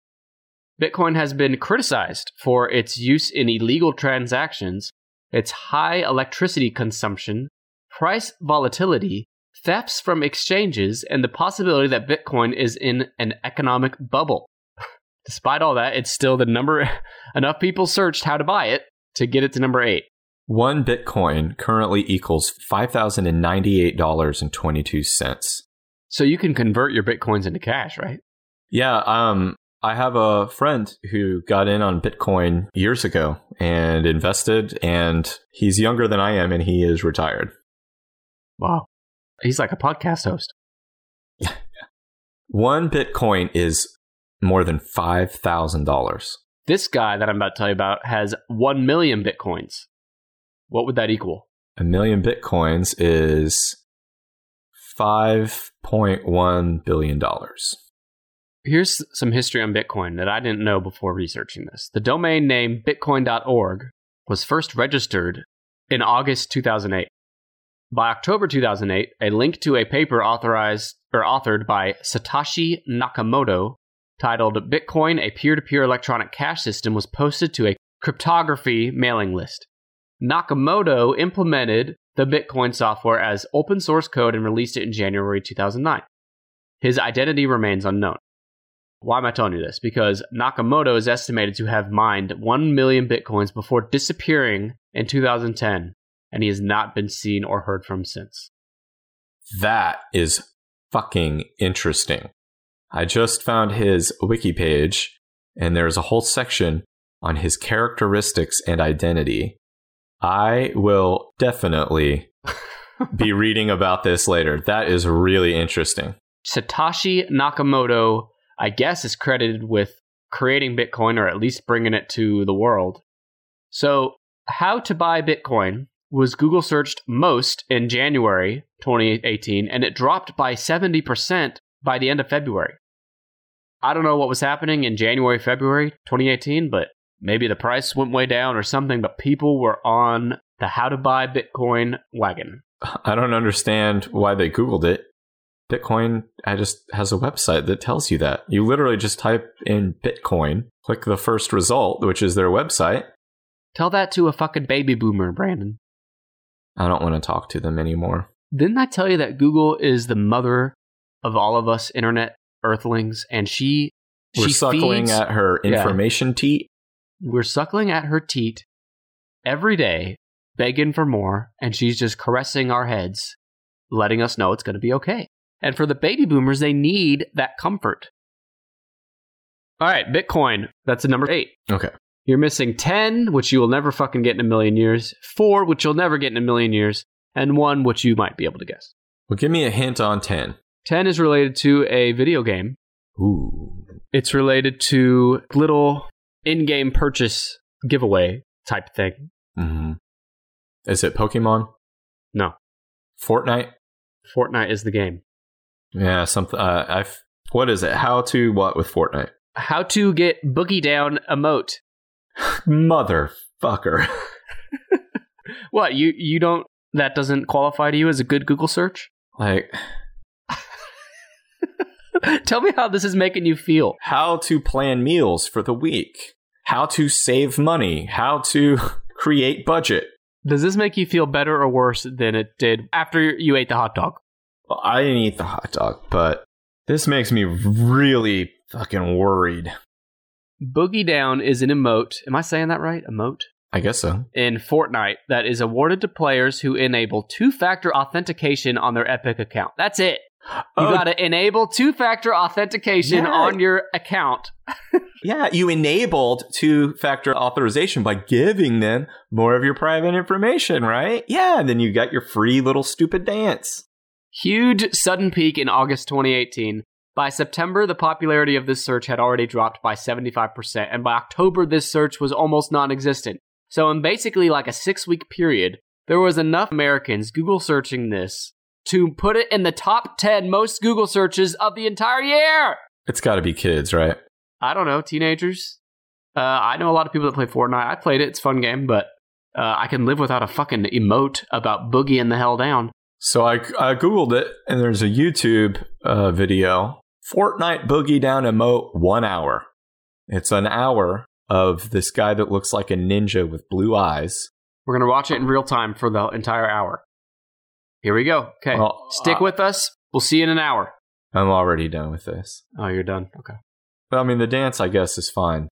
A: Bitcoin has been criticized for its use in illegal transactions, its high electricity consumption, price volatility, thefts from exchanges, and the possibility that Bitcoin is in an economic bubble. Despite all that, it's still the number enough people searched how to buy it to get it to number eight.
B: One Bitcoin currently equals five thousand and ninety-eight dollars and twenty-two cents.
A: So you can convert your bitcoins into cash, right?
B: Yeah, um, I have a friend who got in on Bitcoin years ago and invested, and he's younger than I am, and he is retired.
A: Wow. He's like a podcast host.
B: One Bitcoin is more than five thousand dollars.
A: This guy that I'm about to tell you about has 1 million bitcoins. What would that equal?
B: A million bitcoins is $5.1 billion.
A: Here's some history on Bitcoin that I didn't know before researching this. The domain name bitcoin.org was first registered in August 2008. By October 2008, a link to a paper authorized or authored by Satoshi Nakamoto titled Bitcoin, a peer-to-peer electronic cash system was posted to a cryptography mailing list. Nakamoto implemented the Bitcoin software as open source code and released it in January 2009. His identity remains unknown. Why am I telling you this? Because Nakamoto is estimated to have mined 1 million bitcoins before disappearing in 2010, and he has not been seen or heard from since.
B: That is fucking interesting. I just found his wiki page, and there's a whole section on his characteristics and identity. I will definitely be reading about this later. That is really interesting.
A: Satoshi Nakamoto, I guess, is credited with creating Bitcoin or at least bringing it to the world. So, how to buy Bitcoin was Google searched most in January 2018, and it dropped by 70% by the end of February. I don't know what was happening in January, February 2018, but maybe the price went way down or something, but people were on the how to buy Bitcoin wagon.
B: I don't understand why they Googled it. Bitcoin I just has a website that tells you that. You literally just type in Bitcoin, click the first result, which is their website.
A: Tell that to a fucking baby boomer, Brandon.
B: I don't want to talk to them anymore.
A: Didn't I tell you that Google is the mother of all of us internet earthlings and she
B: We're
A: she
B: suckling
A: feeds,
B: at her
A: Yeah.
B: information teat.
A: we're suckling at her teat every day, begging for more, and she's just caressing our heads, letting us know it's going to be okay. And for the baby boomers, they need that comfort. All right, Bitcoin. That's the number eight.
B: Okay.
A: You're missing 10, which you will never fucking get in a million years, four, which you'll never get in a million years, and one, which you might be able to guess.
B: Well, give me a hint on 10.
A: 10 is related to a video game,
B: Ooh.
A: it's related to little in game purchase giveaway type thing.
B: hmm Is it Pokemon?
A: No.
B: Fortnite?
A: Fortnite is the game.
B: Yeah, something. Uh, I. What is it? How to what with Fortnite?
A: How to get boogie down emote.
B: Motherfucker.
A: What, you you don't that doesn't qualify to you as a good Google search?
B: like
A: Tell me how this is making you feel.
B: how to plan meals for the week, how to save money, how to create budget.
A: Does this make you feel better or worse than it did after you ate the hot dog?
B: Well, I didn't eat the hot dog, but this makes me really fucking worried.
A: Boogie down is an emote. Am I saying that right? Emote?
B: I guess so.
A: In Fortnite that is awarded to players who enable two-factor authentication on their Epic account. That's it. You
B: Oh.
A: got to enable two-factor authentication
B: Yeah.
A: on your account.
B: Yeah, you enabled two factor authorization by giving them more of your private information, right? Yeah, and then you got your free little stupid dance.
A: Huge sudden peak in August 2018. By September, the popularity of this search had already dropped by 75%, and by October, this search was almost non existent. So, in basically like a six week period, there was enough Americans Google searching this to put it in the top 10 most Google searches of the entire year.
B: It's got to be kids, right?
A: I don't know, teenagers. Uh, I know a lot of people that play Fortnite. I played it, it's a fun game, but uh, I can live without a fucking emote about boogieing the hell down.
B: So I, I Googled it, and there's a YouTube uh, video Fortnite Boogie Down Emote One Hour. It's an hour of this guy that looks like a ninja with blue eyes.
A: We're going to watch it in real time for the entire hour. Here we go. Okay.
B: Well, uh,
A: Stick
B: I-
A: with us. We'll see you in an hour.
B: I'm already done with this.
A: Oh, you're done. Okay.
B: But I mean, the dance, I guess, is fine.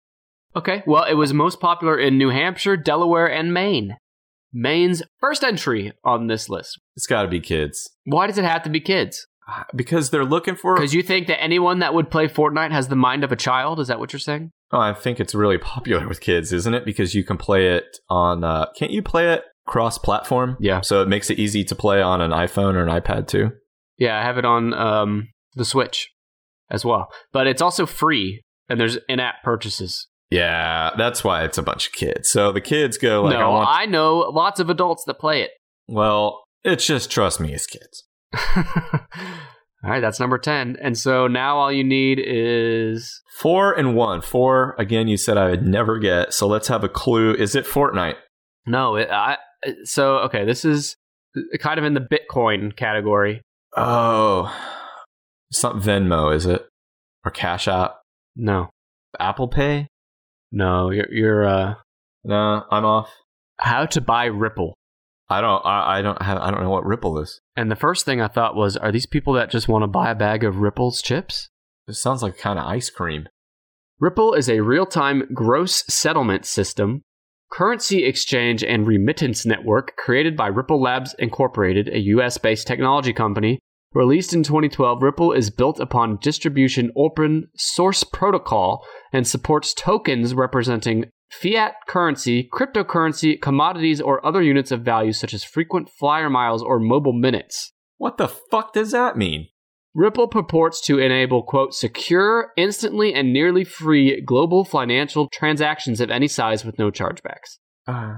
A: Okay. Well, it was most popular in New Hampshire, Delaware, and Maine. Maine's first entry on this list.
B: It's got to be kids
A: Why does it have to be kids?
B: Ah, because they're looking for.
A: Because you think that anyone that would play Fortnite has the mind of a child? Is that what you're saying?
B: Oh, I think it's really popular with kids, isn't it? Because you can play it on. Uh, can't you play it cross platform?
A: Yeah.
B: So it makes it easy to play on an iPhone or an iPad too.
A: Yeah, I have it on um, the Switch as well. But it's also free, and there's in app purchases.
B: Yeah, that's why it's a bunch of kids. So the kids go like, I
A: no,
B: want.
A: I know lots of adults that play it.
B: well, it's just trust me, it's kids.
A: all right, that's number 10. And so now all you need is
B: Four and one. Four again. You said I would never get. So let's have a clue. Is it Fortnite?
A: no, it, I it- so okay, this is kind of in the Bitcoin category.
B: Oh, it's not Venmo, is it? Or Cash App?
A: No.
B: Apple Pay?
A: No, you're, you're uh
B: No, I'm off.
A: how to buy Ripple.
B: I don't. I, I don't have. I don't know what Ripple is.
A: And the first thing I thought was, are these people that just want to buy a bag of Ripple's chips?
B: This sounds like kind of ice cream.
A: Ripple is a real time gross settlement system, currency exchange, and remittance network created by Ripple Labs Incorporated, a US based technology company. Released in 2012, Ripple is built upon distribution open source protocol and supports tokens representing fiat currency, cryptocurrency, commodities, or other units of value such as frequent flyer miles or mobile minutes.
B: What the fuck does that mean?
A: Ripple purports to enable, quote, secure, instantly, and nearly free global financial transactions of any size with no chargebacks.
B: Uh,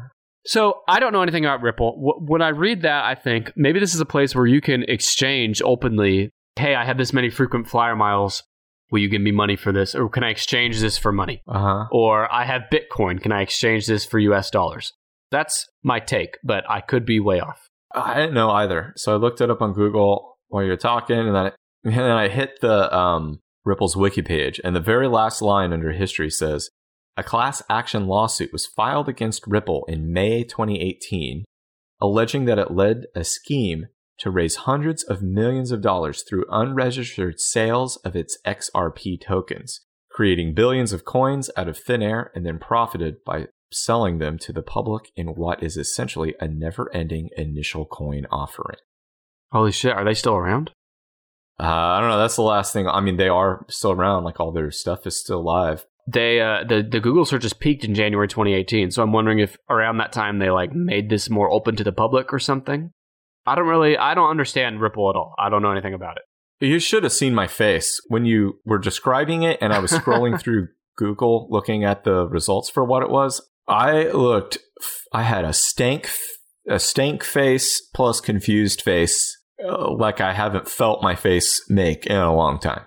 A: So I don't know anything about Ripple. Wh- When I read that, I think maybe this is a place where you can exchange openly. Hey, I have this many frequent flyer miles. Will you give me money for this? Or can I exchange this for money?
B: uh huh.
A: Or I have Bitcoin. Can I exchange this for US dollars? That's my take, but I could be way off.
B: I didn't know either. So I looked it up on Google while you were talking, and then I, and then I hit the um, Ripple's wiki page, and the very last line under history says a class action lawsuit was filed against Ripple in May 2018, alleging that it led a scheme to raise hundreds of millions of dollars through unregistered sales of its XRP tokens, creating billions of coins out of thin air and then profited by selling them to the public in what is essentially a never ending initial coin offering.
A: Holy shit, are they still around?
B: Uh, I don't know. That's the last thing. I mean, they are still around. Like all their stuff is still live.
A: they uh, the the Google searches peaked in January 2018. So I'm wondering if around that time they like made this more open to the public or something. I don't really I don't understand Ripple at all. I don't know anything about it.
B: You should have seen my face when you were describing it, and I was scrolling through Google looking at the results for what it was. I looked. I had a stank, a stank face plus confused face, uh, like I haven't felt my face make in a long time.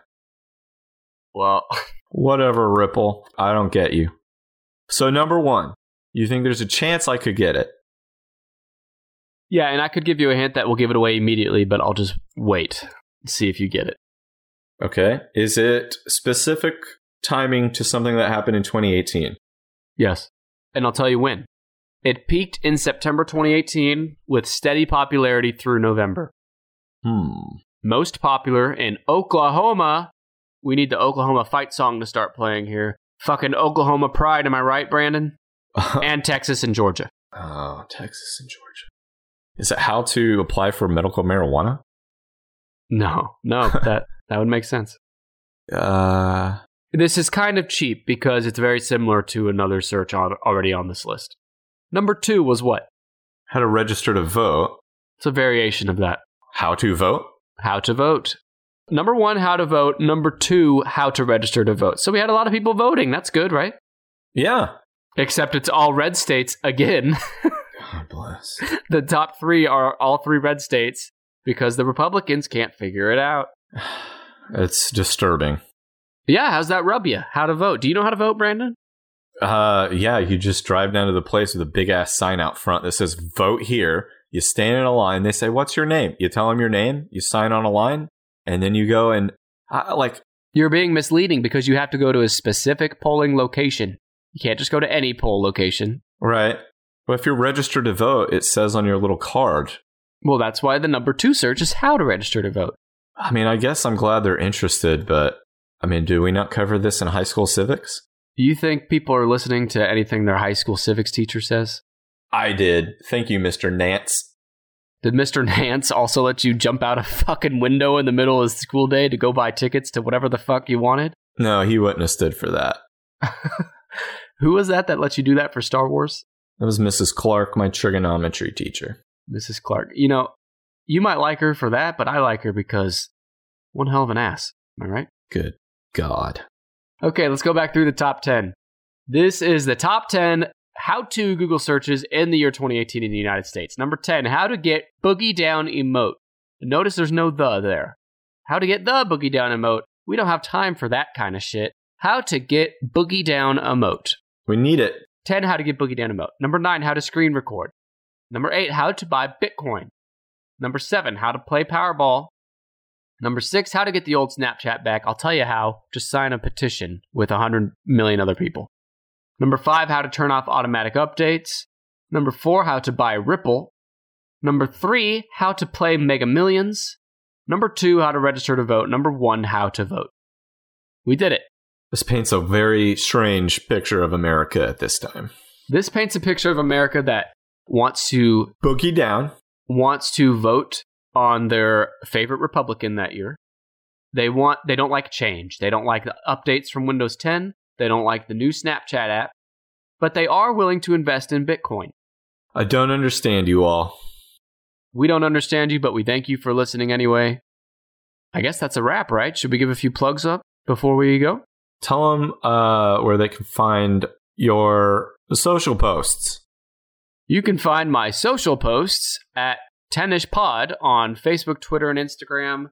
A: Well,
B: Whatever, Ripple. I don't get you. So, number one, you think there's a chance I could get it?
A: yeah, and I could give you a hint that will give it away immediately, but I'll just wait and see if you get it.
B: Okay. Is it specific timing to something that happened in 2018?
A: Yes. And I'll tell you when. It peaked in September 2018 with steady popularity through November.
B: Hmm.
A: most popular in Oklahoma. We need the Oklahoma fight song to start playing here. Fucking Oklahoma pride, am I right, Brandon? And Texas and Georgia.
B: oh, Texas and Georgia. Is it how to apply for medical marijuana?
A: No, no, that that would make sense.
B: Uh,
A: This is kind of cheap because it's very similar to another search on, already on this list. Number two was what?
B: how to register to vote.
A: It's a variation of that.
B: How to vote?
A: How to vote. Number one, how to vote. Number two, how to register to vote. So we had a lot of people voting. That's good, right?
B: Yeah.
A: Except it's all red states again.
B: God bless.
A: the top three are all three red states because the Republicans can't figure it out.
B: It's disturbing.
A: Yeah, how's that rub you? How to vote? Do you know how to vote, Brandon?
B: Uh, yeah, you just drive down to the place with a big ass sign out front that says "Vote here." You stand in a line. They say, "What's your name?" You tell them your name. You sign on a line, and then you go and I, like
A: You're being misleading because you have to go to a specific polling location. You can't just go to any poll location.
B: right. But if you're registered to vote, it says on your little card.
A: Well, that's why the number two search is how to register to vote.
B: I mean, I guess I'm glad they're interested, but I mean, do we not cover this in high school civics?
A: Do you think people are listening to anything their high school civics teacher says?
B: I did. Thank you, Mr. Nance.
A: Did Mr. Nance also let you jump out a fucking window in the middle of the school day to go buy tickets to whatever the fuck you wanted?
B: No, he wouldn't have stood for that.
A: Who was that that let you do that for Star Wars?
B: That was Mrs. Clark, my trigonometry teacher.
A: Mrs. Clark. You know, you might like her for that, but I like her because one hell of an ass. Am I right?
B: Good God.
A: Okay, let's go back through the top 10. This is the top 10 how to Google searches in the year 2018 in the United States. Number 10, how to get boogie down emote. Notice there's no the there. How to get the boogie down emote. We don't have time for that kind of shit. How to get boogie down emote.
B: We need it.
A: 10, how to get boogie down emote. Number 9, how to screen record. Number 8, how to buy Bitcoin. Number 7, how to play Powerball. Number 6, how to get the old Snapchat back. I'll tell you how. Just sign a petition with 100 million other people. Number 5, how to turn off automatic updates. Number 4, how to buy Ripple. Number 3, how to play Mega Millions. Number 2, how to register to vote. Number 1, how to vote. We did it.
B: This paints a very strange picture of America at this time.
A: This paints a picture of America that wants to
B: Boogie down.
A: wants to vote on their favorite Republican that year. They want they don't like change. They don't like the updates from Windows 10. They don't like the new Snapchat app, but they are willing to invest in Bitcoin.
B: I don't understand you all.
A: We don't understand you, but we thank you for listening anyway. I guess that's a wrap, right? Should we give a few plugs up before we go?
B: Tell them uh, where they can find your social posts.
A: You can find my social posts at Tennish Pod on Facebook, Twitter, and Instagram.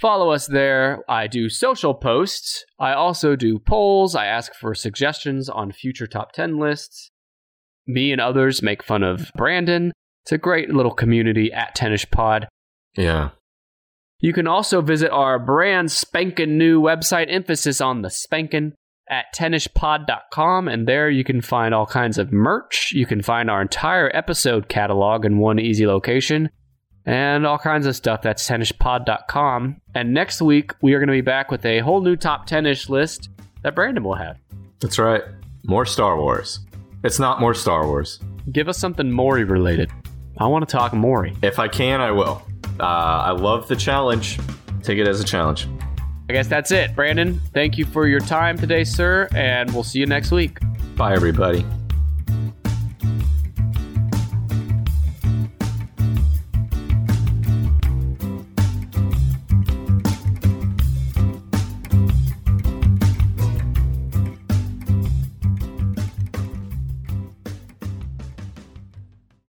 A: Follow us there. I do social posts. I also do polls. I ask for suggestions on future top 10 lists. Me and others make fun of Brandon. It's a great little community at Tennish Pod.
B: Yeah.
A: You can also visit our brand spankin' new website, emphasis on the spankin', at tennishpod.com. And there you can find all kinds of merch. You can find our entire episode catalog in one easy location and all kinds of stuff. That's tennishpod.com. And next week, we are going to be back with a whole new top 10 ish list that Brandon will have.
B: That's right. More Star Wars. It's not more Star Wars.
A: Give us something Maury related. I want to talk Maury.
B: If I can, I will. Uh, I love the challenge. Take it as a challenge.
A: I guess that's it, Brandon. Thank you for your time today, sir, and we'll see you next week.
B: Bye, everybody.